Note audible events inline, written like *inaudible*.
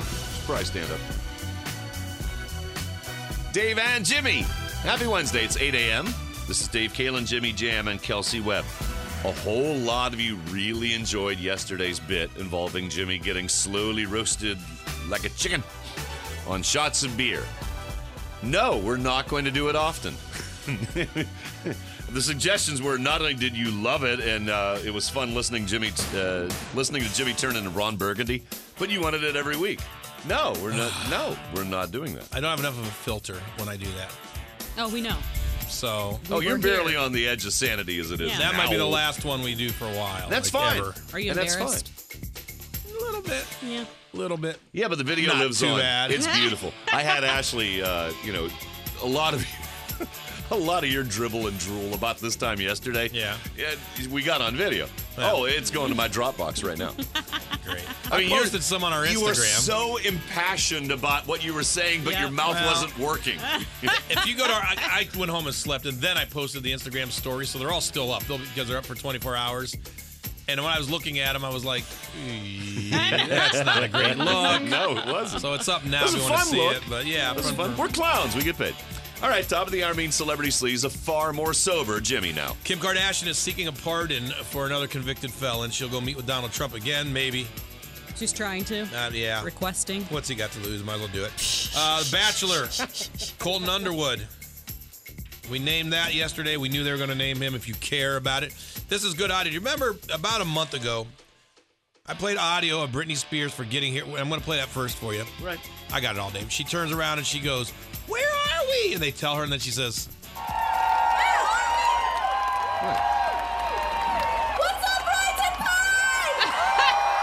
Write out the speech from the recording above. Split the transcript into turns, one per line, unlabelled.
Surprise stand up. Dave and Jimmy. Happy Wednesday. It's 8 a.m. This is Dave Kalen, Jimmy Jam, and Kelsey Webb. A whole lot of you really enjoyed yesterday's bit involving Jimmy getting slowly roasted like a chicken on shots of beer. No, we're not going to do it often. the suggestions were not only did you love it and uh, it was fun listening Jimmy uh, listening to Jimmy turn into Ron Burgundy, but you wanted it every week. No, we're not. no, we're not doing that.
I don't have enough of a filter when I do that.
Oh, we know.
So
Oh, you're
We're
barely
here.
on the edge of sanity as it is.
Yeah.
that might be the
now.
last one we do for a while.
That's
like,
fine.
ever.
Are you
And that's fine.
embarrassed?
A little bit.
Yeah.
A little bit.
Yeah, but the video
Not
lives
too
on.
bad. *laughs*
It's beautiful. I had Ashley, uh, you know, a lot of *laughs* a lot of your dribble and drool about this time yesterday.
Yeah.
we got on video.
Yeah.
Oh, it's going to my Dropbox right
*laughs*
now.
Great.
I mean, you're-
posted some on our Instagram.
You were so impassioned about what you were saying, but
Yeah.
your mouth
Well.
wasn't *laughs* working.
if you go to our, I, I went home and slept, and then I posted the Instagram story, so they're all still up They'll, because they're up for 24 hours. And when I was looking at them, I was like,
*laughs*
"Eh, that's not a great look.
no, it wasn't.
So it's up now
That's
if
a
you want
fun
to see
look.
it. But yeah,
This is
from-
fun. We're clowns. We get paid. All right, top of the hour means celebrity sleaze. A far more sober Jimmy now.
Kim Kardashian is seeking a pardon for another convicted felon. She'll go meet with Donald Trump again, maybe.
She's trying to.
Uh, yeah.
Requesting.
What's he got to lose? Might as well do it. Uh, the Bachelor, Colton Underwood. We named that yesterday. We knew they were going to name him if you care about it. This is good audio. Do you remember about a month ago, I played audio of Britney Spears for getting here. I'm going to play that first for you.
Right.
I got it all, Dave. She turns around and she goes, Where are we? And they tell her, and then she says,